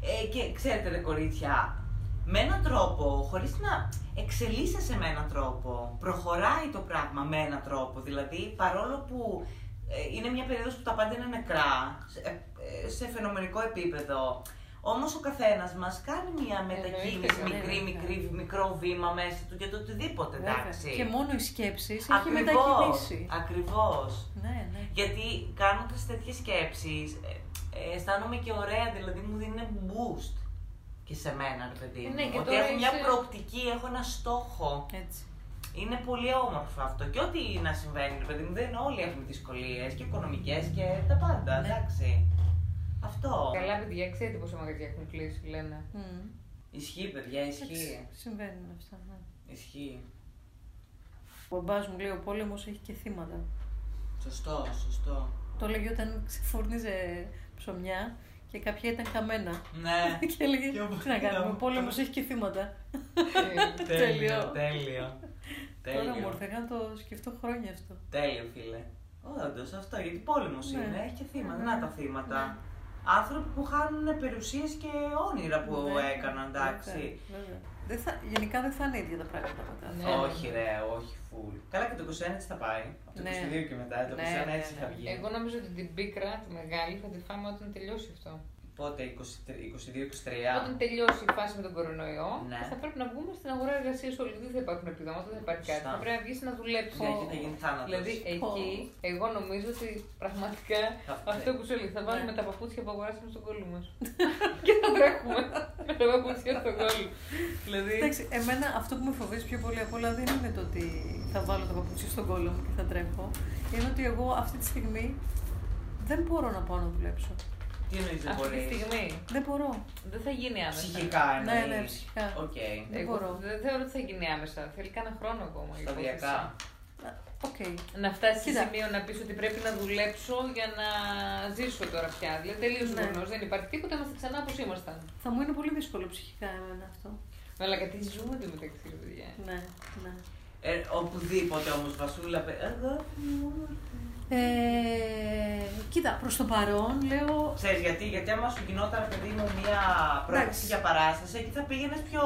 Ε, και ξέρετε, ρε κορίτσια, με έναν τρόπο, χωρίς να εξελίσσεσαι με έναν τρόπο, προχωράει το πράγμα με έναν τρόπο. Δηλαδή, παρόλο που ε, είναι μια περίοδος που τα πάντα είναι νεκρά, σε, ε, σε φαινομενικό επίπεδο. Όμως ο καθένας μας κάνει μια μετακίνηση, βέβαια, μικρή, βέβαια. μικρή, μικρό βήμα μέσα του για το οτιδήποτε, εντάξει. Και μόνο οι σκέψεις έχει Ακριβώς, μετακινήσει. ακριβώς. Ναι, ναι. Γιατί κάνοντας τέτοιες σκέψεις, ε, αισθάνομαι και ωραία, δηλαδή μου δίνει boost και σε μένα, ρε παιδί μου. Ναι, και ότι τώρα έχω μια είσαι- προοπτική, έχω ένα στόχο. Έτσι. Είναι πολύ όμορφο αυτό. Και ό,τι να συμβαίνει, ρε παιδί μου, δεν όλοι έχουμε δυσκολίες και οικονομικές και τα πάντα, Ναι. εντάξει. Αυτό. Καλά, παιδιά, ξέρετε πόσα μαγαζιά έχουν κλείσει, λένε. Μμμ. Ισχύει, παιδιά, ισχύει. Εντάξει, Συμβαίνουν αυτά. Ναι. Ισχύει. Ο μπαμπάς μου λέει: Ο πόλεμος έχει και θύματα. Σωστό, σωστό. Το λέγει όταν ξεφορνίζε ψωμιά και κάποια ήταν καμένα. Ναι. και έλεγε: Και ο Τι να κάνουμε, ο πόλεμος. πόλεμος έχει και θύματα. Ε, Τέλειο. Τέλειο. Τώρα μου τέλειο. ήρθε να το σκεφτώ χρόνια αυτό. Τέλειο, φίλε. Όντως αυτό, γιατί πόλεμος Ναι. είναι, έχει και θύματα. Ναι. Να τα θύματα. Άνθρωποι που χάνουν περιουσίες και όνειρα που Ναι, έκαναν, εντάξει. βέβαια, βέβαια. Δεν θα, γενικά δεν θα είναι ίδια τα πράγματα μετά. Ναι. Όχι, ρε, όχι, φουλ. Καλά και το 21 έτσι θα πάει. Από το Ναι. 22 και μετά, το 21 Ναι, ναι, έτσι ναι. θα βγει. Εγώ νομίζω ότι την πίκρα, τη μεγάλη, θα τη φάμε όταν τελειώσει αυτό. Πότε, 22-23. Όταν τελειώσει η φάση με τον κορονοϊό, Ναι. θα πρέπει να βγούμε στην αγορά εργασίας όλοι. Δεν θα υπάρχουν επιδόματα, δεν θα υπάρχει κάτι. Σωστά. Θα πρέπει να βγεις να δουλέψεις. Ναι, εκεί θα γίνει θάνατος. Δηλαδή εκεί, εγώ νομίζω ότι πραγματικά Θα- αυτό που σου λέει, θα βάλουμε Ναι. τα παπούτσια που αγοράσαμε στον κόλλο μας. και θα τρέχουμε με τα παπούτσια στον κόλλο. δηλαδή. Εντάξει, εμένα αυτό που με φοβίζει πιο πολύ απ' όλα δεν είναι το ότι θα βάλω τα παπούτσια στον κόλλο μου και θα τρέχω. Είναι ότι εγώ αυτή τη στιγμή δεν μπορώ να πάω να δουλέψω. Τι εννοείς δεν Αυτή τη μπορεί. στιγμή Δεν μπορώ. δεν θα γίνει άμεσα. Ψυχικά Ναι, εννοείς. ναι, ψυχικά. Ναι, Οκ. Δεν Εγώ μπορώ. Δεν θεωρώ ότι θα γίνει άμεσα. Θέλει κανένα χρόνο ακόμα. η υπόθεση. Σταδιακά. Οκ. Να φτάσεις σε Κοίτα. σημείο να πεις ότι πρέπει να δουλέψω για να ζήσω τώρα πια. Δηλαδή τελείως Ναι. γονό, δεν υπάρχει τίποτα, είμαστε ξανά όπως ήμασταν. Θα μου είναι πολύ δύσκολο ψυχικά εμένα αυτό. Με αλλά κάτι ζούμε το μεταξύ, ρε παιδιά. Ναι, ναι. Ε, οπουδήποτε όμως, Βασούλα. παι- Εγώ. Ε, κοίτα, προς το παρόν λέω... Ξέρεις γιατί, γιατί άμα σου γινόταν παιδί μου μια πρόκληση Εντάξει. για παράσταση, εκεί θα πήγαινες πιο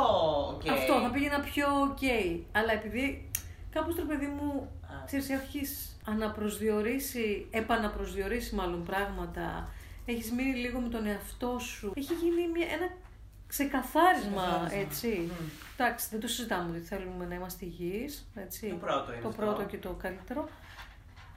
οκ. Αυτό, θα πήγαινα πιο οκ. Αλλά επειδή κάπως το παιδί μου, Α. ξέρεις, έχεις αναπροσδιορίσει, επαναπροσδιορίσει μάλλον πράγματα, έχεις μείνει λίγο με τον εαυτό σου. Έχει γίνει μια, ένα ξεκαθάρισμα, Ξεκαθάρισμα. Ναι. έτσι. Μμμ. Εντάξει, δεν το συζητάμε ότι θέλουμε να είμαστε υγιείς, έτσι. Το πρώτο είναι Το αυτό. πρώτο και το καλύτερο.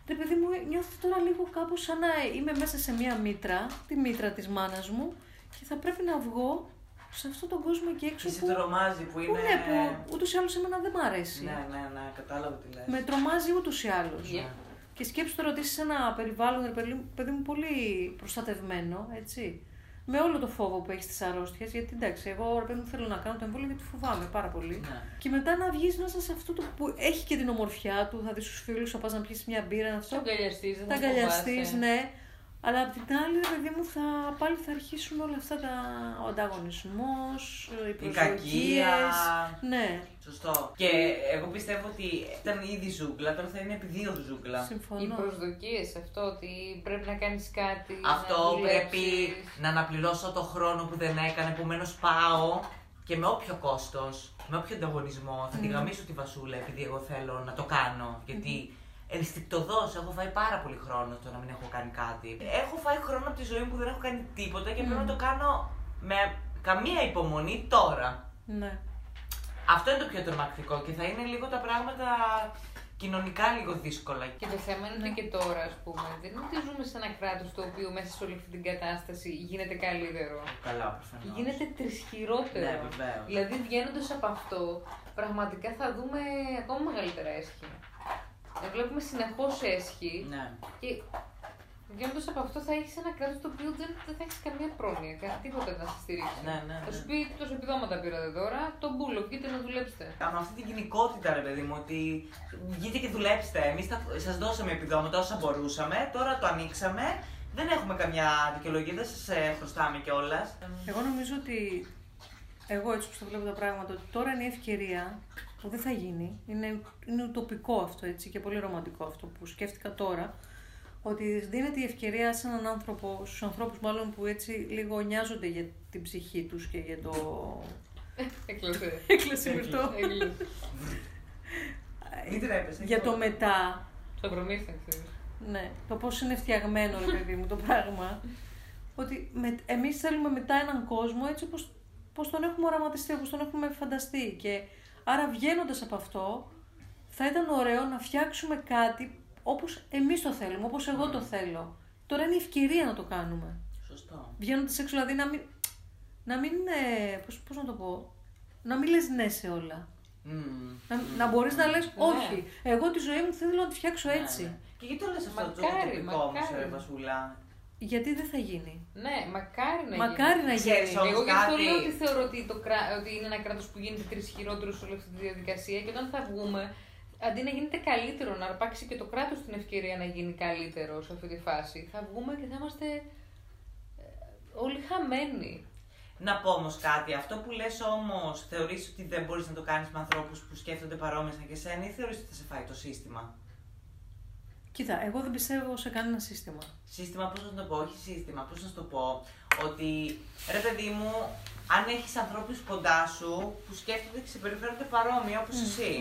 Ρε παιδί μου, νιώθω τώρα λίγο κάπως σαν να είμαι μέσα σε μία μήτρα, τη μήτρα της μάνας μου και θα πρέπει να βγω σε αυτόν τον κόσμο εκεί Και έξω σε που, τρομάζει που που, είναι. ναι, που ούτως ή άλλως εμένα δεν μ' αρέσει. Ναι, ναι, ναι, κατάλαβα τι λες. Ναι. Με Ναι. τρομάζει ούτως ή άλλως. Yeah. Και σκέψου τώρα ότι είσαι σε ένα περιβάλλον, ρε παιδί μου, παιδί μου, πολύ προστατευμένο, έτσι. Με όλο το φόβο που έχεις τη αρρώστια, γιατί εντάξει, εγώ ρε παιδί μου θέλω να κάνω το εμβόλιο γιατί φοβάμαι πάρα πολύ. Ναι. Και μετά να βγεις μέσα σε αυτό το που έχει και την ομορφιά του, θα δεις τους φίλους, θα πας να πιεις μια μπύρα, Θα αυτό. αγκαλιαστείς, δεν θα Θα αγκαλιαστείς, φοβάσαι. ναι. Αλλά απ' την άλλη, ρε παιδί μου, θα, πάλι θα αρχίσουν όλα αυτά τα. Ο ανταγωνισμός, οι Η προσδοκίε. κακία. Ναι, Σωστό. Και εγώ πιστεύω ότι ήταν ήδη ζούγκλα, τώρα θα είναι επί δύο ζούγκλα. Οι συμφωνώ. προσδοκίες αυτό ότι πρέπει να κάνεις κάτι. Αυτό να πρέπει δουλέψεις. να αναπληρώσω το χρόνο που δεν έκανα, επομένως πάω και με όποιο κόστος, με όποιο ανταγωνισμό. Θα τη γαμίσω τη βασούλα επειδή εγώ θέλω να το κάνω. Γιατί ενστικτοδός έχω φάει πάρα πολύ χρόνο στο να μην έχω κάνει κάτι. Έχω φάει χρόνο από τη ζωή μου που δεν έχω κάνει τίποτα και πρέπει να το κάνω με καμία υπομονή τώρα. Ναι. Αυτό είναι το πιο τρομακτικό και θα είναι λίγο τα πράγματα κοινωνικά λίγο δύσκολα. Και το θέμα είναι Ναι. ότι και τώρα, ας πούμε, δεν είναι ότι ζούμε σε ένα κράτος το οποίο μέσα σε όλη αυτή την κατάσταση γίνεται καλύτερο. Καλά, προφανώς. Γίνεται τρισχυρότερο. Ναι, βεβαίως. Δηλαδή, βγαίνοντας από αυτό, πραγματικά θα δούμε ακόμα μεγαλύτερα έσχη. Να βλέπουμε συνεχώς έσχη Ναι. και βγαίνοντας από αυτό θα έχεις ένα κράτος το οποίο δεν, δεν θα έχεις καμία πρόνοια, κα- τίποτα να σε στηρίξει. Ναι, ναι, Θα ναι. σου πει τόσο επιδόματα πήρατε τώρα, τον μπούλο, βγείτε να δουλέψετε. με αυτή την κοινικότητα, ρε παιδί μου, ότι βγείτε και δουλέψτε. Εμείς σας δώσαμε επιδόματα όσα μπορούσαμε, τώρα το ανοίξαμε. Δεν έχουμε καμιά δικαιολογία, δεν σας χρωστάμε κιόλας. Εγώ νομίζω ότι εγώ έτσι που το βλέπω τα πράγματα, ότι τώρα είναι η ευκαιρία που δεν θα γίνει. Είναι, είναι ουτοπικό αυτό έτσι και πολύ ρομαντικό αυτό που σκέφτηκα τώρα. ότι δίνεται η ευκαιρία σε έναν άνθρωπο, στους ανθρώπους μάλλον που έτσι λίγο νοιάζονται για την ψυχή τους και για το Έκλωσε. εκλεσιμιστό, Έκλωσε. Μην τρέπεσαι. Ε, για το Γιώργο. μετά, Το προμήθηκα, ξέρεις. ναι, το πώς είναι φτιαγμένο ρε παιδί μου το πράγμα, ότι με, εμείς θέλουμε μετά έναν κόσμο έτσι όπως, πως τον έχουμε οραματιστεί, όπως τον έχουμε φανταστεί και άρα βγαίνοντας από αυτό θα ήταν ωραίο να φτιάξουμε κάτι όπως εμείς το θέλουμε, όπως εγώ Ναι. το θέλω. Τώρα είναι η ευκαιρία να το κάνουμε. Σωστό. Βγαίνοντας έξω, δηλαδή να μην. Να μην. ε, πώς, πώς να το πω. Να μην λες ναι σε όλα. Μμμ. Να, να μπορείς να λες Ναι. όχι. Εγώ τη ζωή μου θέλω να τη φτιάξω Ναι, έτσι. ναι. Και γιατί το λες αυτό το Μακάρι, τοπικό όμως, μακάρι. ρε Βασούλα. Γιατί δεν θα γίνει. Ναι, μακάρι να Μακάρι να Ξέρεις γίνει. όμως Εγώ γι' αυτό κάτι. λέω ότι θεωρώ ότι, το κρά... ότι είναι ένα κράτος που γίνεται τρεις χειρότερο σε όλη αυτή τη διαδικασία και όταν θα βγούμε, αντί να γίνεται καλύτερο, να αρπάξει και το κράτος την ευκαιρία να γίνει καλύτερο σε αυτή τη φάση, θα βγούμε και θα είμαστε ε, όλοι χαμένοι. Να πω όμως κάτι. Αυτό που λες όμως θεωρείς ότι δεν μπορείς να το κάνεις με ανθρώπους που σκέφτονται παρόμοια σαν και σένα ή θεωρείς ότι θα σε φάει το σύστημα. Κοίτα, εγώ δεν πιστεύω σε κανένα σύστημα. Σύστημα, πώς να το πω, όχι σύστημα, πώς να σου το πω. Ότι ρε παιδί μου, αν έχεις ανθρώπους κοντά σου που σκέφτονται και συμπεριφέρονται παρόμοια όπως εσύ.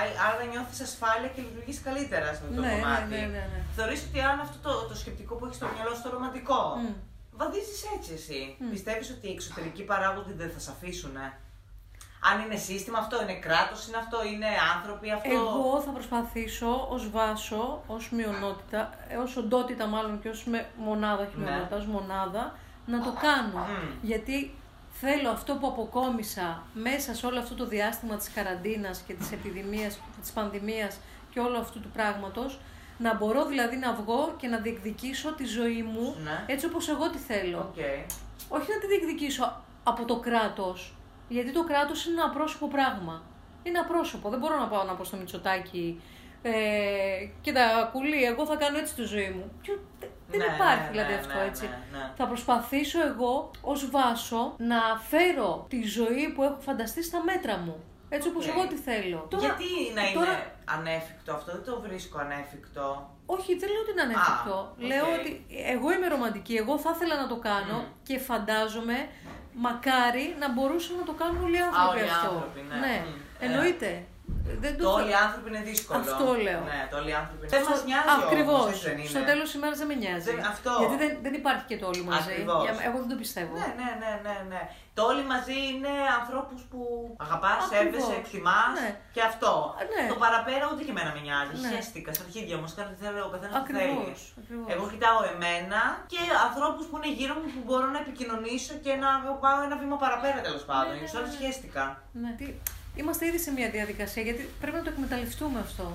Ά- Άρα νιώθεις ασφάλεια και λειτουργείς καλύτερα σε αυτό το Ναι, ναι, κομμάτι. ναι, ναι, ναι. Θεωρείς ότι αν αυτό το, το σκεπτικό που έχεις στο μυαλό σου το ρομαντικό, Μμ. βαδίζεις έτσι εσύ. Μμ. Πιστεύεις ότι οι εξωτερικοί παράγοντες δεν θα σε αφήσουν. ε? Αν είναι σύστημα αυτό, είναι κράτος, είναι αυτό, είναι άνθρωποι αυτό. Εγώ θα προσπαθήσω ως βάσο, ως μειονότητα, ε, ως οντότητα μάλλον και ως με μονάδα, όχι Ναι. μειονότητα, ως μονάδα, να το κάνω. Μμμ. Γιατί θέλω αυτό που αποκόμισα μέσα σε όλο αυτό το διάστημα της καραντίνας και της επιδημίας, της πανδημίας και όλου αυτού του πράγματος, να μπορώ δηλαδή να βγω και να διεκδικήσω τη ζωή μου Ναι. έτσι όπως εγώ τη θέλω. Οκ. Όχι να τη διεκδικήσω από το κράτος. Γιατί το κράτος είναι ένα πρόσωπο πράγμα. Είναι απρόσωπο. Δεν μπορώ να πάω να πω στο Μητσοτάκι. Ε, κοίτα, κουλή, εγώ θα κάνω έτσι τη ζωή μου. Ποιο- δε- δεν Ναι, υπάρχει ναι, δηλαδή ναι, αυτό ναι, έτσι. ναι, ναι. Θα προσπαθήσω εγώ ως βάσο να φέρω τη ζωή που έχω φανταστεί στα μέτρα μου. Έτσι όπως Οκ. εγώ τη θέλω. Τώρα- Γιατί να τώρα- είναι ανέφικτο αυτό, δεν το βρίσκω ανέφικτο. Όχι, δεν λέω ότι είναι ανέφικτο. Α, οκ. Λέω ότι εγώ είμαι ρομαντική. Εγώ θα ήθελα να το κάνω Μμμ. και φαντάζομαι, μακάρι να μπορούσαν να το κάνουν όλοι οι άνθρωποι όλοι οι αυτό. άνθρωποι, ναι. Μμ, ε. εννοείται. δεν Το το όλοι οι άνθρωποι είναι δύσκολο. Αυτό λέω. Ναι, το όλοι οι άνθρωποι είναι δύσκολο. Δεν μας νοιάζει. Ακριβώ. Όμως, έτσι δεν είναι. Στο τέλος της ημέρας δεν με νοιάζει. Δεν- αυτό. Γιατί δεν, δεν υπάρχει και το όλοι μαζί. Ακριβώς. Για- Εγώ δεν το πιστεύω. Ναι, ναι, ναι, ναι, ναι. Το όλοι μαζί είναι ανθρώπους που αγαπάς, Ακριβώς. σέβεσαι, εκτιμάς Ναι. και αυτό. Ναι. Το παραπέρα ούτε και εμένα με νοιάζει. Ναι. Χαίστηκα στα αρχίδια μου, κάνω τι θέλω, ο καθένας τι θέλει. Ακριβώς, ακριβώς. Εγώ κοιτάω εμένα και ανθρώπους που είναι γύρω μου που μπορώ να επικοινωνήσω και να πάω ένα βήμα παραπέρα τέλος πάντων. ναι, Γιατί ναι, όλε ναι. χαίστηκα. Ναι. Τι- Είμαστε ήδη σε μια διαδικασία γιατί πρέπει να το εκμεταλλευτούμε αυτό.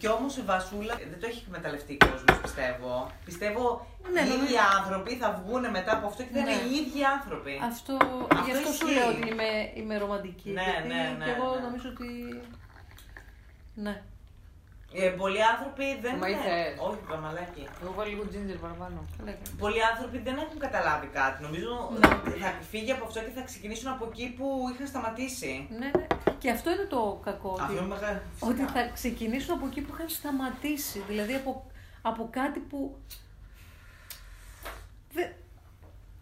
Κι όμως η Βασούλα ε, δεν το έχει εκμεταλλευτεί ο κόσμος, πιστεύω. Πιστεύω Ναι, οι νομίζω- ίδιοι άνθρωποι θα βγουν μετά από αυτό και θα είναι Ναι. οι ίδιοι άνθρωποι. Αυτό, Ε, Αυτό γι' αυτό σου ισχύει. λέω ότι είμαι, είμαι ρομαντική. Ναι, γιατί ναι, ναι, και εγώ ναι. νομίζω ότι. Ναι. Ε, πολλοί άνθρωποι δεν. ναι. Μα ήθελες. Όχι, παμαλάκι. Εγώ βάλω λίγο ginger παραπάνω. καλά έκανα. Πολλοί άνθρωποι δεν έχουν καταλάβει κάτι. Νομίζω Ναι. θα φύγει από αυτό και θα ξεκινήσουν από εκεί που είχαν σταματήσει. Ναι, ναι. Και αυτό είναι το κακό. Αυτό είναι Ότι, μεγάλο. ότι φυσικά. θα ξεκινήσουν από εκεί που είχαν σταματήσει. Δηλαδή από, από κάτι που. Δε...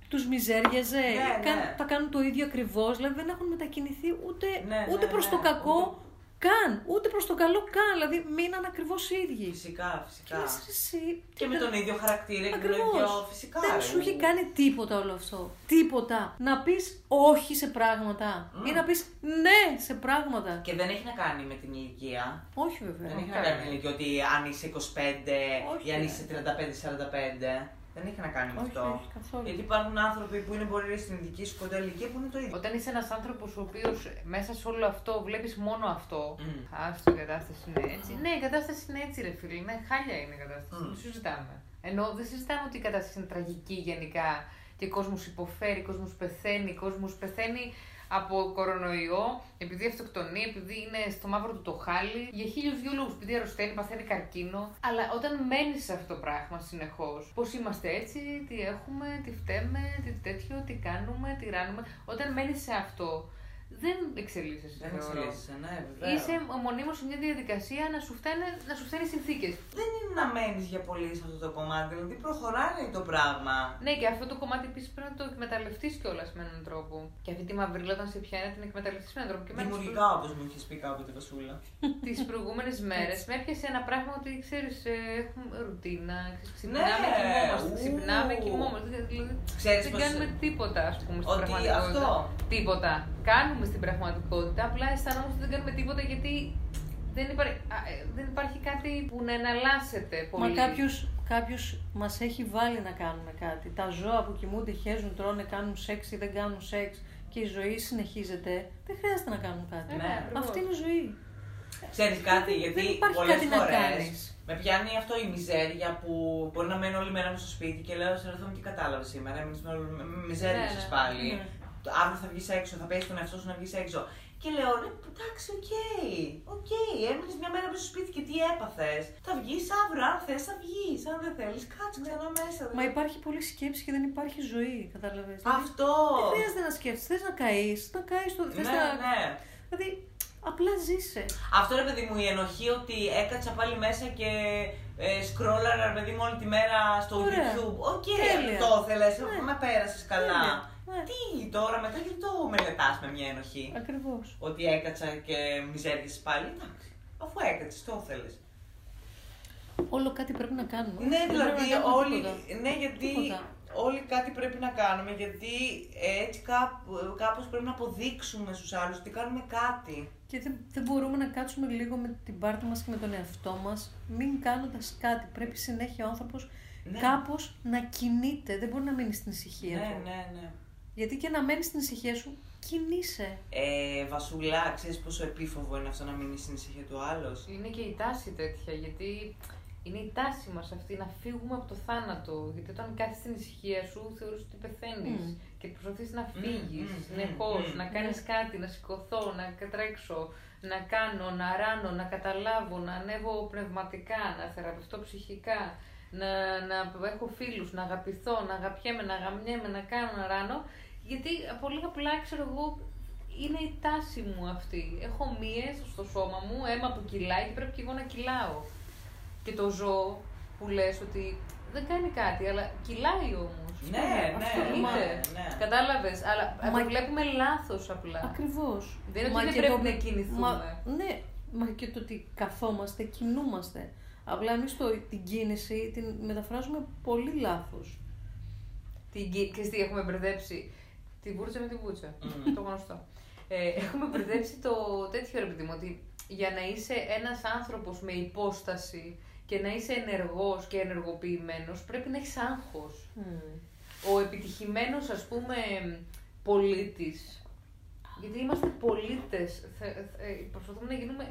Τους μιζέριαζε, Ναι, καν- ναι. τα κάνουν το ίδιο ακριβώς, δηλαδή δεν έχουν μετακινηθεί ούτε, Ναι, ούτε ναι, προς ναι, το κακό ούτε- καν, ούτε προς το καλό καν, δηλαδή μείναν ακριβώς οι ίδιοι. Φυσικά, Και φυσικά. λες, «Ρε εσύ, Και με τον ίδιο χαρακτήρα και με τον ίδιο. Ακριβώς. Φυσικά. Δεν ρε. σου είχε κάνει τίποτα όλο αυτό. Τίποτα. Να πεις όχι σε πράγματα. Μμμ. Ή να πεις ναι σε πράγματα. Και δεν έχει να κάνει με την ηλικία. Όχι βέβαια. Δεν έχει να κάνει. κάνει με την ηλικία ότι αν είσαι 25 ή Όχι, αν ναι. είσαι 35-45. Δεν έχει να κάνει με Όχι, αυτό. όχι, καθόλου. Γιατί υπάρχουν άνθρωποι που είναι μπορεί στην δική σου κοντά ηλικία που είναι το ίδιο. Όταν είσαι ένας άνθρωπος ο οποίος μέσα σε όλο αυτό βλέπεις μόνο αυτό. Μμ. Άστο, η κατάσταση είναι έτσι. Ναι, η κατάσταση είναι έτσι, ρε φίλε. Ναι, χάλια είναι η κατάσταση. Μμ. Δεν συζητάμε. Ενώ δεν συζητάμε ότι η κατάσταση είναι τραγική γενικά και ο κόσμος υποφέρει, ο κόσμος πεθαίνει, ο κόσμος πεθαίνει από κορονοϊό, επειδή αυτοκτονεί, επειδή είναι στο μαύρο του το χάλι, για χίλιους δυο λόγους, επειδή αρρωσταίνει, παθαίνει καρκίνο. Αλλά όταν μένει σε αυτό το πράγμα συνεχώς, πώ είμαστε έτσι, τι έχουμε, τι φταίμε, τι τέτοιο, τι κάνουμε, τι ράνουμε. Όταν μένει σε αυτό, δεν εξελίσσεσαι. Δεν θεωρώ. εξελίσσεσαι, ναι, βέβαια. Είσαι μονίμω σε μια διαδικασία να σου φταίνε, να σου φταίνε συνθήκες. Δεν είναι να μένεις για πολύ σε αυτό το κομμάτι. Δηλαδή, προχωράει το πράγμα. Ναι, και αυτό το κομμάτι επίσης πρέπει να το εκμεταλλευτείς κιόλας με έναν τρόπο. Και αυτή τη μαυρίλα όταν σε πιάνει, να την εκμεταλλευτείς με έναν τρόπο. Και εμένα τις Δημιουργικά, όπως μου είχες πει κάποτε, Βασούλα. τις προηγούμενες μέρες με έπιασε ένα πράγμα ότι ξέρεις, έχουμε ρουτίνα. ξέρεις, Ξυπνάμε, Ναι, κοιμόμαστε. ου. Ξυπνάμε, κοιμόμαστε. Δηλαδή, Ξέρεις δεν πως- κάνουμε τίποτα, ας πούμε, στην Ότι πραγματικότητα. αυτό. Τίποτα. Κάνουμε στην πραγματικότητα. Απλά αισθανόμαστε ότι δεν κάνουμε τίποτα γιατί δεν, υπάρει- α, ε, δεν υπάρχει κάτι που να εναλλάσσεται πολύ. Μα κάποιος, κάποιος μας έχει βάλει να κάνουμε κάτι. Τα ζώα που κοιμούνται, χέζουν, τρώνε, κάνουν σεξ ή δεν κάνουν σεξ και η ζωή συνεχίζεται, δεν χρειάζεται να κάνουν κάτι. Ε, Ναι. ακριβώς. Αυτή είναι η ζωή. Ξέρεις κάτι, Δεν- γιατί δεν υπάρχει πολλές κάτι να φορές κάνεις. Με πιάνει αυτό η μιζέρια που μπορεί να μένω όλη μέρα μέσα στο σπίτι και λέω: Σε μου και κατάλαβε σήμερα. Έμεινε με όλη- με μιζέρια Ναι, ναι. πάλι. Ναι. Το- Αύριο θα βγεις έξω, θα παίζει τον εαυτό σου να βγεις έξω. Και λέω: Ναι, εντάξει, οκ. Οκ, έμεινες μια μέρα μέσα στο σπίτι και τι έπαθες. Θα βγεις αύριο, αν θες, θα βγεις. Αν δεν θέλεις, κάτσε ξανά μέσα. Ναι. Μα υπάρχει πολλή σκέψη και δεν υπάρχει ζωή, κατάλαβες. Αυτό! Ε, Δεν χρειάζεται να σκέφτεσαι. Θες να καείς, να καείς το. Ναι, θες να... ναι. Δηλαδή, απλά ζήσε. Αυτό ρε παιδί μου, η ενοχή ότι έκατσα πάλι μέσα και ε, σκρόλαρα ρε παιδί μου όλη τη μέρα στο Ωραία. YouTube. Οκ, Τέλεια. το θέλες, Ναι. με πέρασες καλά. Ναι, ναι. Τι τώρα, μετά γιατί το μελετάς με μια ενοχή. Ακριβώς. Ότι έκατσα και μιζέριες πάλι, εντάξει. Αφού έκατσες, το θέλες. Όλο κάτι πρέπει να κάνουμε. Ναι, Δεν πρέπει δηλαδή να κάνουμε όλοι, τίποτα. ναι, γιατί Τίποτα. όλοι κάτι πρέπει να κάνουμε, γιατί έτσι κάπου, κάπως πρέπει να αποδείξουμε στους άλλους ότι κάνουμε κάτι. Και δεν, δεν μπορούμε να κάτσουμε λίγο με την πάρτη μας και με τον εαυτό μας, μην κάνοντας κάτι. Πρέπει συνέχεια ο άνθρωπος Ναι. κάπως να κινείται, δεν μπορεί να μείνει στην ησυχία Ναι, του. ναι, ναι. Γιατί και να μένεις στην ησυχία σου, κινείσαι. Ε, Βασουλά, ξέρεις πόσο επίφοβο είναι αυτό να μείνεις στην ησυχία του άλλος. Είναι και η τάση τέτοια, γιατί είναι η τάση μας αυτή να φύγουμε από το θάνατο. Γιατί όταν κάθεσαι στην ησυχία σου, θεωρείς ότι πεθαίνεις Μμμ. και προσπαθείς να Μμμ, φύγεις μμμ, συνεχώς, μμμ, να μμμ. κάνεις κάτι, να σηκωθώ, να τρέξω, να κάνω, να ράνω, να καταλάβω, να ανέβω πνευματικά, να θεραπευτώ ψυχικά, να, να έχω φίλους, να αγαπηθώ, να αγαπιέμαι, να γαμιέμαι, να κάνω, να ράνω. Γιατί πολύ απλά ξέρω εγώ είναι η τάση μου αυτή. Έχω μύες στο σώμα μου, αίμα που κυλάει και πρέπει και εγώ να κυλάω. Και το ζώο που λες ότι δεν κάνει κάτι, αλλά κυλάει όμως. Ναι, Αυτό ναι, είναι. μα- ναι. Κατάλαβες, αλλά Μα- το βλέπουμε λάθος απλά. Ακριβώς. Δεν είναι Μα ότι δεν και πρέπει το- να κινηθούμε. Μα, ναι, μα και το ότι καθόμαστε, κινούμαστε. Απλά εμείς το, την κίνηση την μεταφράζουμε πολύ λάθος. Την κοι- Ξέρεις τι έχουμε μπερδέψει. Την βούρτσα με την βούτσα. Μμμ. το γνωστό. Ε, έχουμε μπερδέψει το τέτοιο ρε παιδί μου, ότι για να είσαι ένας άνθρωπος με υπόσταση και να είσαι ενεργός και ενεργοποιημένος πρέπει να έχεις άγχος. Ο επιτυχημένος ας πούμε πολίτης, γιατί είμαστε πολίτες, θε- θε- προσπαθούμε να γίνουμε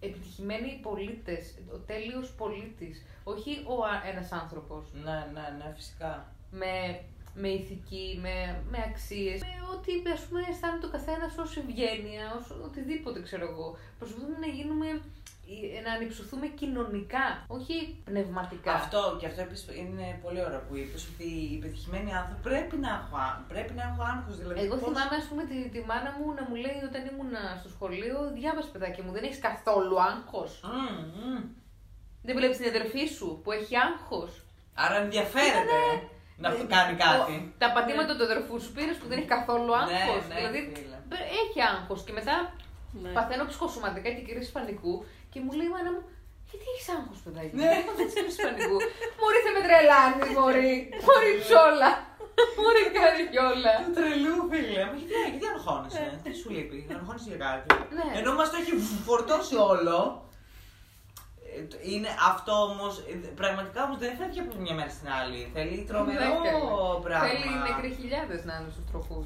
επιτυχημένοι πολίτες, ο τέλειος πολίτης, όχι ο, α- ένας άνθρωπος Ναι, ναι, ναι, φυσικά. με, με ηθική, με, με αξίες. Με ό,τι ας πούμε αισθάνεται ο καθένας ως ευγένεια, ως οτιδήποτε ξέρω εγώ. Προσπαθούμε να γίνουμε, ε, να ανυψωθούμε κοινωνικά, όχι πνευματικά. Αυτό και αυτό επίσης είναι πολύ ωραίο που είπες ότι οι πετυχημένοι άνθρωποι πρέπει να έχω, ά- πρέπει να έχω άγχος. Δηλαδή, Εγώ πώς- θυμάμαι, ας πούμε, τη, τη μάνα μου να μου λέει όταν ήμουν στο σχολείο: Διάβασε, παιδάκι μου, δεν έχεις καθόλου άγχος. Μμμ, μμμ. Δεν βλέπεις την αδερφή σου που έχει άγχος. Άρα ενδιαφέρεται να Ε, κάνει κάτι. Τα πατήματα του αδερφού σου πήρες που δεν έχει καθόλου άγχος. ναι, δηλαδή, φίλε. έχει άγχος. Και μετά Ναι. Παθαίνω ψυχοσωματικά και κυρίω πανικού και μου λέει η μάνα μου, γιατί έχεις άγχος, παιδάκι. Ναι. Ναι, δεν πανικού. Μωρή θα με τρελάνεις, Μωρή. Μωρή ψόλα. Μωρή καριόλα. Του τρελού, φίλε. Μα γιατί, γιατί αγχώνεσαι, τι σου λείπει, αγχώνεσαι για κάτι. Ναι. Ενώ μας το έχει φορτώσει όλο. Ε, το- Είναι αυτό όμως. Πραγματικά όμως δεν φεύγει από τη μια μέρα στην άλλη. Θέλει τρομερό Δεν θέλει. πράγμα. Ναι, Θέλει οι νεκροί χιλιάδες να είναι στους τροχούς.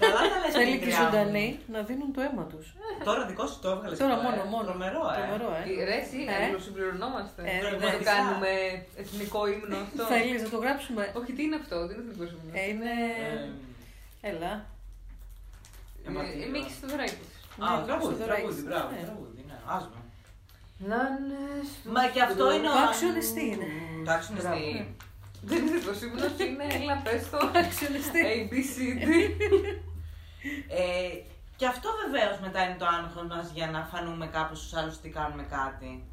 Καλά τα λες, Θέλει και οι πικριά μου. ζωντανοί να δίνουν το αίμα τους. Ε, Τώρα δικό σου το έβγαλες. Τώρα μόνο, μόνο. Τρομερό, ε. ναι, Τρομερό, ε. Ρε, εσύ, Ε. αλληλοσυμπληρωνόμαστε. Ε, Δεν βέβαια. το κάνουμε εθνικό ύμνο αυτό. Θέλεις να το γράψουμε. Όχι, τι είναι αυτό, δεν είναι εθνικό ύμνο. Ε, είναι... Ε, Έλα. ε, μα τι- Μίκη στο δωράκι. Α, Ναι, τραγούδι, στο τραγούδι, Rex. μπράβο, Ναι. τραγούδι, ναι, άσμα. Να ναι. στο- Μα και αυτό είναι ο... Το αξιονιστή είναι. Το αξιονιστή. Μπράβο. Δεν είναι εθνικό ύμνο, είναι έλα πες το. ε, Αξιονιστή. ABCD. Ε, και αυτό βεβαίως μετά είναι το άγχο μας για να φανούμε κάπως στους άλλους ότι κάνουμε κάτι.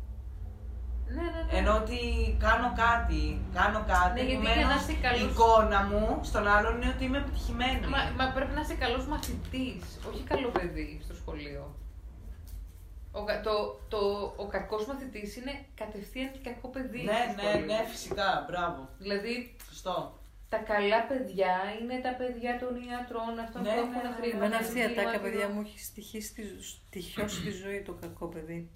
Ναι, ναι, ναι. Ενώ ότι κάνω κάτι, κάνω κάτι. Ναι, γιατί για να επομένως, είσαι καλός- Η εικόνα μου στον άλλον είναι ότι είμαι επιτυχημένη. Μα, μα πρέπει να είσαι καλός μαθητής, όχι καλό παιδί στο σχολείο. Ο, κα- το, το, ο κακός μαθητής είναι κατευθείαν και κακό παιδί. Ναι, στο ναι, σχολείο. ναι, φυσικά. Μπράβο. Δηλαδή, Σωστό. τα καλά παιδιά είναι τα παιδιά των ιατρών, αυτών Ναι, που ναι, έχουν ναι. χρήματα. Εμένα αυτή η ζητήματα. ατάκα, παιδιά μου, έχει στοιχήσει τη- στοιχειώσει τη ζωή το κακό παιδί.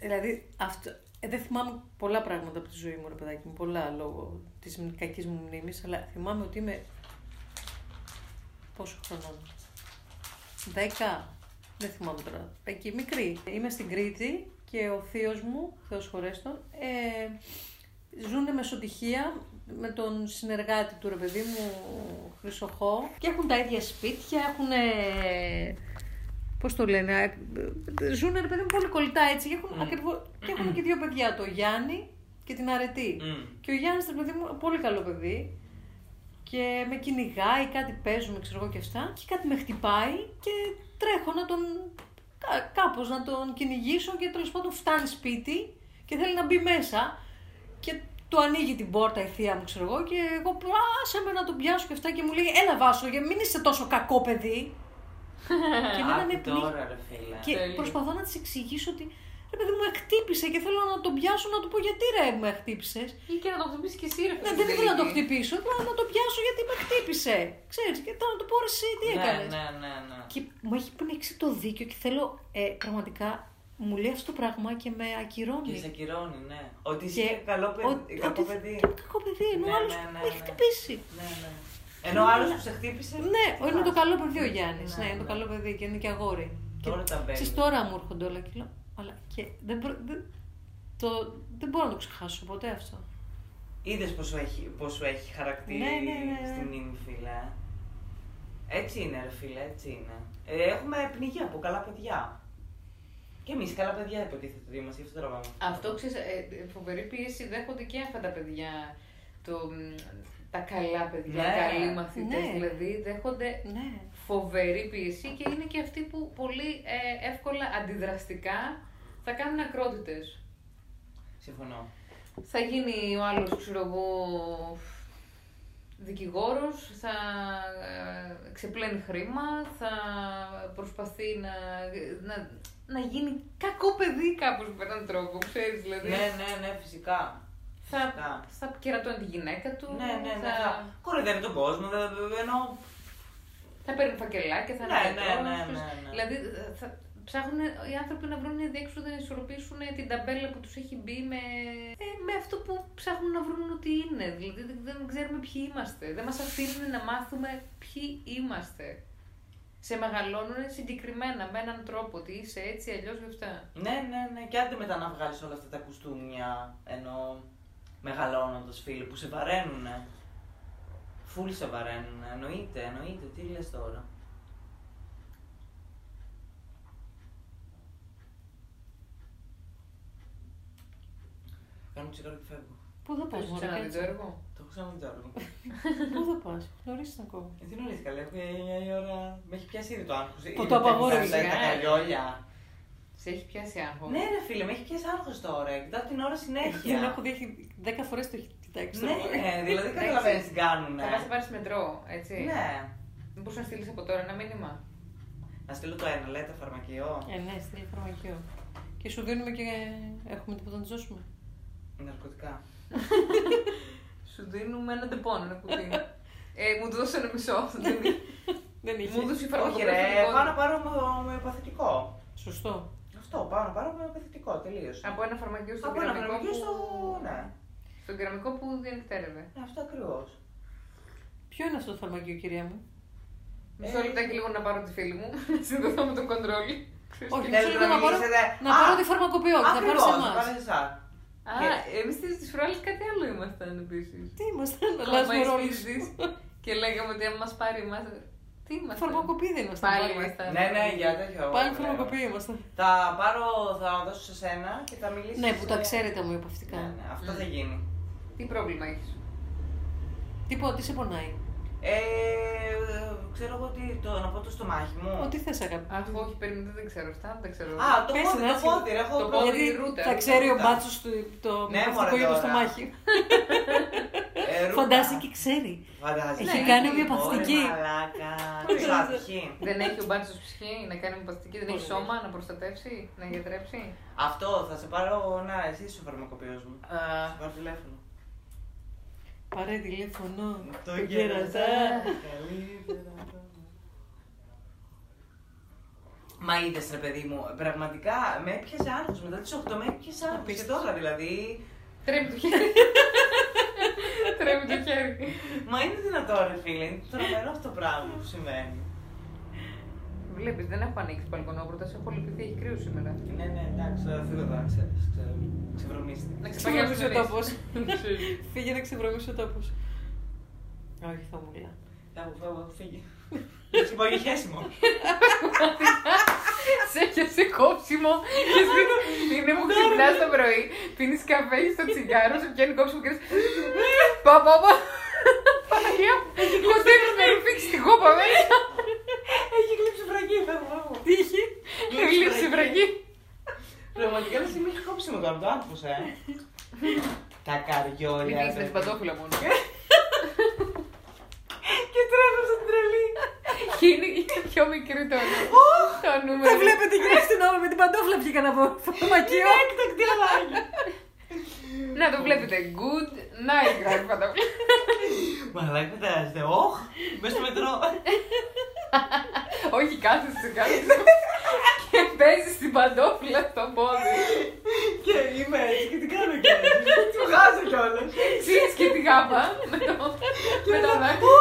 Δηλαδή, αυτό, ε, δεν θυμάμαι πολλά πράγματα από τη ζωή μου, ρε παιδάκι μου, πολλά λόγω της μ- κακής μου μνήμης, αλλά θυμάμαι ότι είμαι... Πόσο χρονών. Δέκα. Δεν θυμάμαι τώρα. Εκεί μικρή. Είμαι στην Κρήτη και ο θείος μου, Θεός χωρέστον, ε, ζουνε μεσοτυχία με τον συνεργάτη του ρε παιδί μου, Χρυσοχώ. Και έχουν τα ίδια σπίτια, έχουν. Ε, Πώς το λένε, ε, ε, ζουνε ρε παιδί μου πολύ κολλητά έτσι. Και έχουν, Μμμ. ακριβώς- και έχουν και δύο παιδιά, το Γιάννη και την Αρετή. Μμμ. Και ο Γιάννης, το παιδί μου, πολύ καλό παιδί. Και με κυνηγάει, κάτι παίζουμε, ξέρω εγώ και αυτά. Και κάτι με χτυπάει και τρέχω να τον. κά- κάπως να τον κυνηγήσω και τέλος πάντων φτάνει σπίτι και θέλει να μπει μέσα. Και του ανοίγει την πόρτα η θεία μου, ξέρω εγώ. Και εγώ πάσα με να τον πιάσω και αυτά. Και μου λέει: Έλα, Βάσο, για μην είσαι τόσο κακό παιδί. και εμένα με Άκου πνίγει. τώρα, ρε φίλε. Και Τέλειο. προσπαθώ να της εξηγήσω ότι ρε παιδί μου, με χτύπησε και θέλω να τον πιάσω να του πω γιατί ρε με χτύπησε. Ή και να το χτυπήσεις και εσύ, ρε Ναι, δεν ήθελα να το χτυπήσω, ήθελα να το πιάσω γιατί με χτύπησε. Ξέρεις, και τώρα να του πω ρε, εσύ τι Ναι, έκανες. ναι, ναι, ναι. Και μου έχει πνίξει το δίκιο και θέλω ε, πραγματικά. Μου λέει αυτό το πράγμα και με ακυρώνει. Και σε ακυρώνει, ναι. Ότι Και είσαι καλό ότι- παιδί. Κακό ότι- παιδί. Κακό παιδί, ενώ Ναι, ο άλλος ναι, ναι, με έχει ναι. χτυπήσει. Ναι, ναι. Ενώ ο άλλο που σε χτύπησε. Ναι, είναι το καλό παιδί ο Γιάννης. Ναι, Ναι, είναι το ναι. καλό παιδί και είναι και αγόρι. Τώρα και, τα μπαίνει. ξέρεις, τώρα μου έρχονται όλα και λέω, Αλλά και δεν, προ- δεν- το, δεν μπορώ να το ξεχάσω ποτέ αυτό. Είδες πώ σου έχει, πώς σου έχει χαρακτήρι Ναι, ναι, ναι, ναι. στη μνήμη, φίλε. ε. Έτσι είναι, ρε φίλε, έτσι είναι. Ε, Έχουμε πνιγεί από καλά παιδιά. Και εμείς καλά παιδιά υποτίθεται ότι είμαστε, γι' αυτό τραβάμε. Αυτό ξέρεις, φοβερή πίεση δέχονται και αυτά τα παιδιά. Το, μ, τα καλά παιδιά, Ναι. καλοί μαθητές. Ναι. Δηλαδή, δέχονται Ε, Ναι. φοβερή πίεση και είναι και αυτοί που πολύ ε, εύκολα αντιδραστικά θα κάνουν ακρότητες. Συμφωνώ. Θα γίνει ο άλλος, ξέρω εγώ, δικηγόρος, θα ε, ξεπλένει χρήμα, θα προσπαθεί να, να, να γίνει κακό παιδί κάπως με έναν τρόπο, ξέρεις δηλαδή. Ναι, ναι, ναι, φυσικά. Θα, φυσικά. θα κερατώνει τη γυναίκα του, Ναι, ναι, ναι. θα, θα- Κοροϊδεύει τον κόσμο, δεν δεν- εννοώ. θα παίρνει φακελάκια, θα Ναι, είναι ναι, γιατρός, ναι, ναι, ξέρεις. ναι. Δηλαδή θα ψάχνουν οι άνθρωποι να βρουν διέξοδο να ισορροπήσουν την ταμπέλα που τους έχει μπει με, ε, με αυτό που ψάχνουν να βρουν ότι είναι. Δηλαδή δεν- δεν ξέρουμε ποιοι είμαστε. Δεν μας αφήνουν να μάθουμε ποιοι είμαστε. Σε μεγαλώνουν συγκεκριμένα με έναν τρόπο ότι είσαι έτσι, αλλιώς γι' αυτά. Ναι, ναι, ναι. Και άντε μετά να βγάλεις όλα αυτά τα κουστούμια ενώ μεγαλώνοντας φίλοι που σε βαραίνουνε. Φουλ σε βαραίνουνε. Εννοείται, εννοείται. Τι λες τώρα. Κάνω τσιγάρο και φεύγω. Πού θα Πώς πας, μου Μωρέ, ξαναδεί το κάτσε. έργο. Το έχω ξαναδεί το άλλο. Πού θα πας, νωρίς είναι ακόμα. Ε, Τι νωρί καλά, έχω 9 η ώρα. Με έχει πιάσει ήδη το άγχος. Που Είναι το απαγόρευσε. Ε. τα- Τα τα καλιόλια. Σε έχει πιάσει άγχος. Ναι, ρε φίλε, με έχει πιάσει άγχος τώρα. Κοιτάω την ώρα συνέχεια. Δεν Ναι, έχω δει, έχει- δέκα φορές το έχει κοιτάξει. το βράδυ. Ναι, δηλαδή καταλαβαίνεις τι κάνουνε. Θα πας να πάρεις μετρό, έτσι. Ναι. Δεν μπορείς να στείλεις από τώρα ένα μήνυμα. Να στείλω το ένα, λέτε φαρμακείο. Ε, ναι, στείλει φαρμακείο. Και σου δίνουμε και έχουμε τίποτα να τη δώσουμε. Ναρκωτικά. Σου δίνουμε ένα τεπών, ένα κουτί. ε, μου το δώσε ένα μισό. Δεν- Δεν είχε. μου δώσε η Όχι ρε, φαρμακοποιητικό. πάω να πάρω ομο- ομοιοπαθητικό. Σωστό. Αυτό, πάω να πάρω ομοιοπαθητικό, τελείωσε. Από ένα φαρμακείο στο Από ένα κεραμικό. φαρμακείο που- στο... Ναι, Στον κεραμικό που διανυκτέρευε. Ναι, αυτό ακριβώς. Ποιο είναι αυτό το φαρμακείο, κυρία μου. Ε. Μισό λεπτάκι λίγο να πάρω τη φίλη μου. να Συνδεθώ με τον κοντρόλ. Ξέρεις Όχι, τι. μισό Θέλετε λεπτό να να πάρω, μιλήσετε. να Α, πάρω τη φαρμακοποιό και να πάρει Ακριβώς, σε θα πάρεις εμά. εσάς. Α, Και- εμείς τη φράλη κάτι άλλο ήμασταν επίσης. Τι είμαστε, να αλλάζουμε ρόλο. Και λέγαμε ότι αν μας πάρει εμά. Τι ήμασταν. Φαρμακοποιοί δεν ήμασταν. Πάλι πάλι. ήμασταν. Ναι, ναι, για τέτοιο. ναι. Πάλι ωραίο. φαρμακοποιοί ήμασταν. Θα πάρω, θα δώσω σε σένα και θα μιλήσεις. Ναι, που τα σε- ξέρετε Ναι, ομοιοπαυτικά. ναι, αυτό Μμ. θα γίνει. Τι πρόβλημα έχεις. Τίποτα, τι σε πονάει. Ε, ξέρω εγώ ότι το, να πω το στομάχι μου. Ό,τι θες αγαπητέ. Αχ, όχι, περίμενε, δεν ξέρω αυτά, δεν ξέρω. Α, το Πες πόδι, ένα, το έτσι. πόδι, ρε, έχω Το πρόβλημα. πόδι. Γιατί ρούτα, θα ρούτα. ξέρει ο μπάτσος του το Ναι, μυθιστικό μωρέ, είδο τώρα. στο μάχη. Ε, ρούτα. Φαντάζει και ξέρει. Φαντάζει. Έχει Ναι, κάνει ναι, ομοιοπαθητική. ωραία, Μαλάκα. Ξέρω, ατυχή. Δεν έχει ο μπάτσος ψυχή να κάνει μυοπαθητική, δεν έχει σώμα να προστατεύσει, να γιατρέψει. Αυτό θα σε πάρω. Να, εσύ είσαι ο φαρμακοποιός μου. Θα σε πάρω τηλέφωνο. Πάρε τηλέφωνο. Το κερατά. Καλύτερα. Μα είδες ρε παιδί μου, πραγματικά με έπιασε άγχος μετά τις 8 με έπιασε άγχος και τώρα δηλαδή. Τρέμει το χέρι. Τρέμει το χέρι. Μα είναι δυνατό ρε φίλε, είναι τρομερό αυτό το πράγμα που συμβαίνει. Βλέπεις, δεν έχω ανοίξει μπαλκονόπορτα, σε έχω λυπηθεί, έχει κρύο σήμερα. Ναι, ναι, εντάξει, θα φύγω τώρα, ξέρεις, ξέρω, ξεβρωμίστε. Να Ξεβρωμίσει ο ξεπαγιάσουμε τόπο. Φύγε να ξεβρωμίσει ο τόπο. Όχι, θα μου λέει. Κάπου φεύγω, φύγει. Σου πάω για χέσιμο. Σε πιασε κόψιμο και σπίτι. Είναι που ξυπνάς το πρωί, πίνεις καφέ και στο τσιγάρο, σε πιάνει κόψιμο και λες. Πα, πα, πα. Παναγία, κοντεύει να ρουφήξει την κόπα μέσα. Έχει κλείψει βραγή, θα βγω. Τι είχε. Γλύψει η βραγή. Πραγματικά λες είμαι έχει κόψει με το άνθρωπο, ε. Τα καριόλια. Μην ρε. την παντόφυλλα μόνο. Και τρέχω στην τρελή. Και είναι πιο μικρή το νου- το νούμερο. Δεν βλέπετε γυρίσει την ώρα με την παντόφλα βγήκα να πω. Φαρμακείο. Έκτακτη ανάγκη. Να το βλέπετε. Good night, γράφει παντόφυλλα. Μαλάκα φαντάζεστε, όχ, μέσα στο μετρό. Όχι, κάθεσαι κάτω. Και παίζεις την παντόφυλλα στο πόδι. Και είμαι έτσι και τι κάνω και έτσι. Του χάζω κιόλας. Ξύνεις και τη γάμα με το, με το δάκρυ.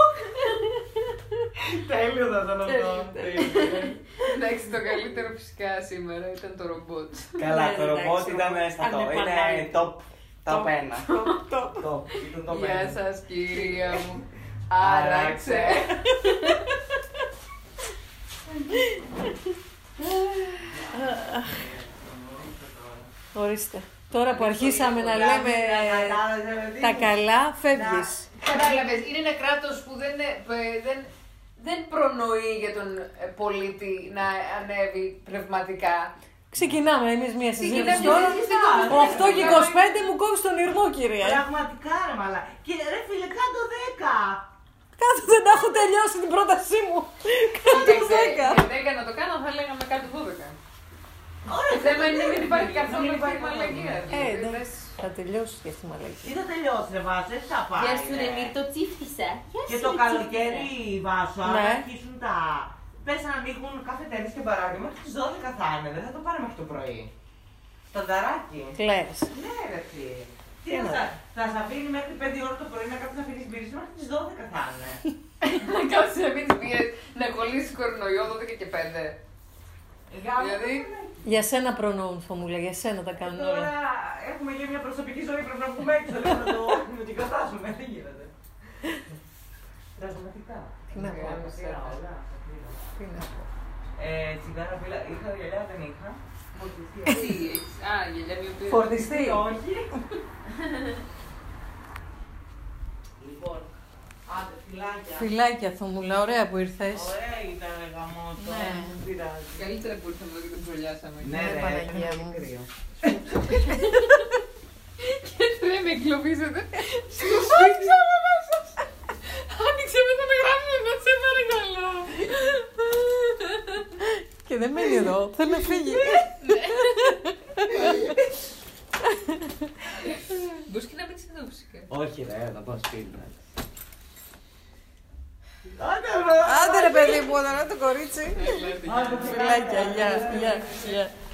Τέλειο θα ήταν αυτό. Τέλειο. Εντάξει, το καλύτερο φυσικά σήμερα ήταν το ρομπότ. Καλά, Ναι, το ρομπότ εντάξει, ήταν ρομπότ. σταθό. Είναι Ανεπανάληπτο. top. Top Top. 1. Top. Το- Ήταν top 1. Γεια σας κυρία μου. Άραξε. Ορίστε. Τώρα που αρχίσαμε Ε, να λέμε τα καλά, φεύγεις. Κατάλαβες, είναι ένα κράτος που δεν, ε, δεν, δεν προνοεί για τον ε, πολίτη να ανέβει πνευματικά. Ξεκινάμε εμείς μία συζήτηση Ξεκινάμε τώρα. συζήτηση, δεν Ο το 8 και 25 μου κόβει τον ήρμο, κυρία. Πραγματικά ρε μαλά. Και ρε φίλε, κάτω 10. Κάτω δεν τα έχω τελειώσει την πρότασή μου. Κάτω Εντάξει, 10. Για 10 Ε, να το κάνω, θα λέγαμε κάτι 12. Το θέμα είναι να μην υπάρχει καθόλου αυτή η μαλαγία. Ε, Δηλαδή, εντάξει. δες- Θα τελειώσει και αυτή η μαλακή. Τι θα τελειώσει ρε Βάσα, έτσι θα πάει. Γεια σου ρε. ρε Μύρ, το τσίφτησα. Γεια Και σου, το ρε, καλοκαίρι Βάσο, αν Ναι. αρχίσουν τα... Πες να ανοίγουν καφετέρες και μπαράκια μέχρι τις 12 θα είναι, δεν θα το πάρει μέχρι το πρωί. Στανταράκι. Κλαίς. Ναι ρε φίλε. Τι Τι θα, εννοώ. σα- θα σας αφήνει μέχρι 5 ώρα το πρωί να κάτσεις να πίνεις μπύρες μέχρι τις 12 θα είναι. Να κάτσει να μην πίεση, να κολλήσεις κορονοϊό 12 και 5. Γάμο, ναι. Δηλαδή, Για σένα προνοούν, θα μου λέει, για σένα τα κάνουν Τώρα όλα. έχουμε και μια προσωπική ζωή, πρέπει να βγούμε έξω, δεν να το να την κρατάσουμε, δεν γίνεται. Πραγματικά. Τι να πω, Γάμισε. Πήρα όλα, τα πήρα. τι να πω. Ε, τσιγάρα πήρα, είχα γυαλιά, δεν είχα. Τι έχεις, α, γελιά μυοπία. Φορτιστή. Όχι. λοιπόν, άντε, φυλάκια. Φιλάκια, Θωμούλα, ωραία που ήρθες. Ωραία ήταν ρε γαμότο. Ναι. Δεν πειράζει. Καλύτερα που ήρθαμε εδώ και τον ψολιάσαμε. Ναι, ρε, Παναγία ήταν μου. κρύο. Δεν με εγκλωβίζετε. Άνοιξε από μέσα. Άνοιξε μετά με γράμματα, σε παρακαλώ. Και δεν μένει εδώ, θέλει να φύγει. Μπορείς και να μην ε. εδώ φυσικά. Όχι ρε, θα πάω σπίτι. εντάξει. Άντε ρε. Άντε ρε παιδί μου, όταν το κορίτσι. Άντε, Φιλάκια, γεια, γεια, γεια.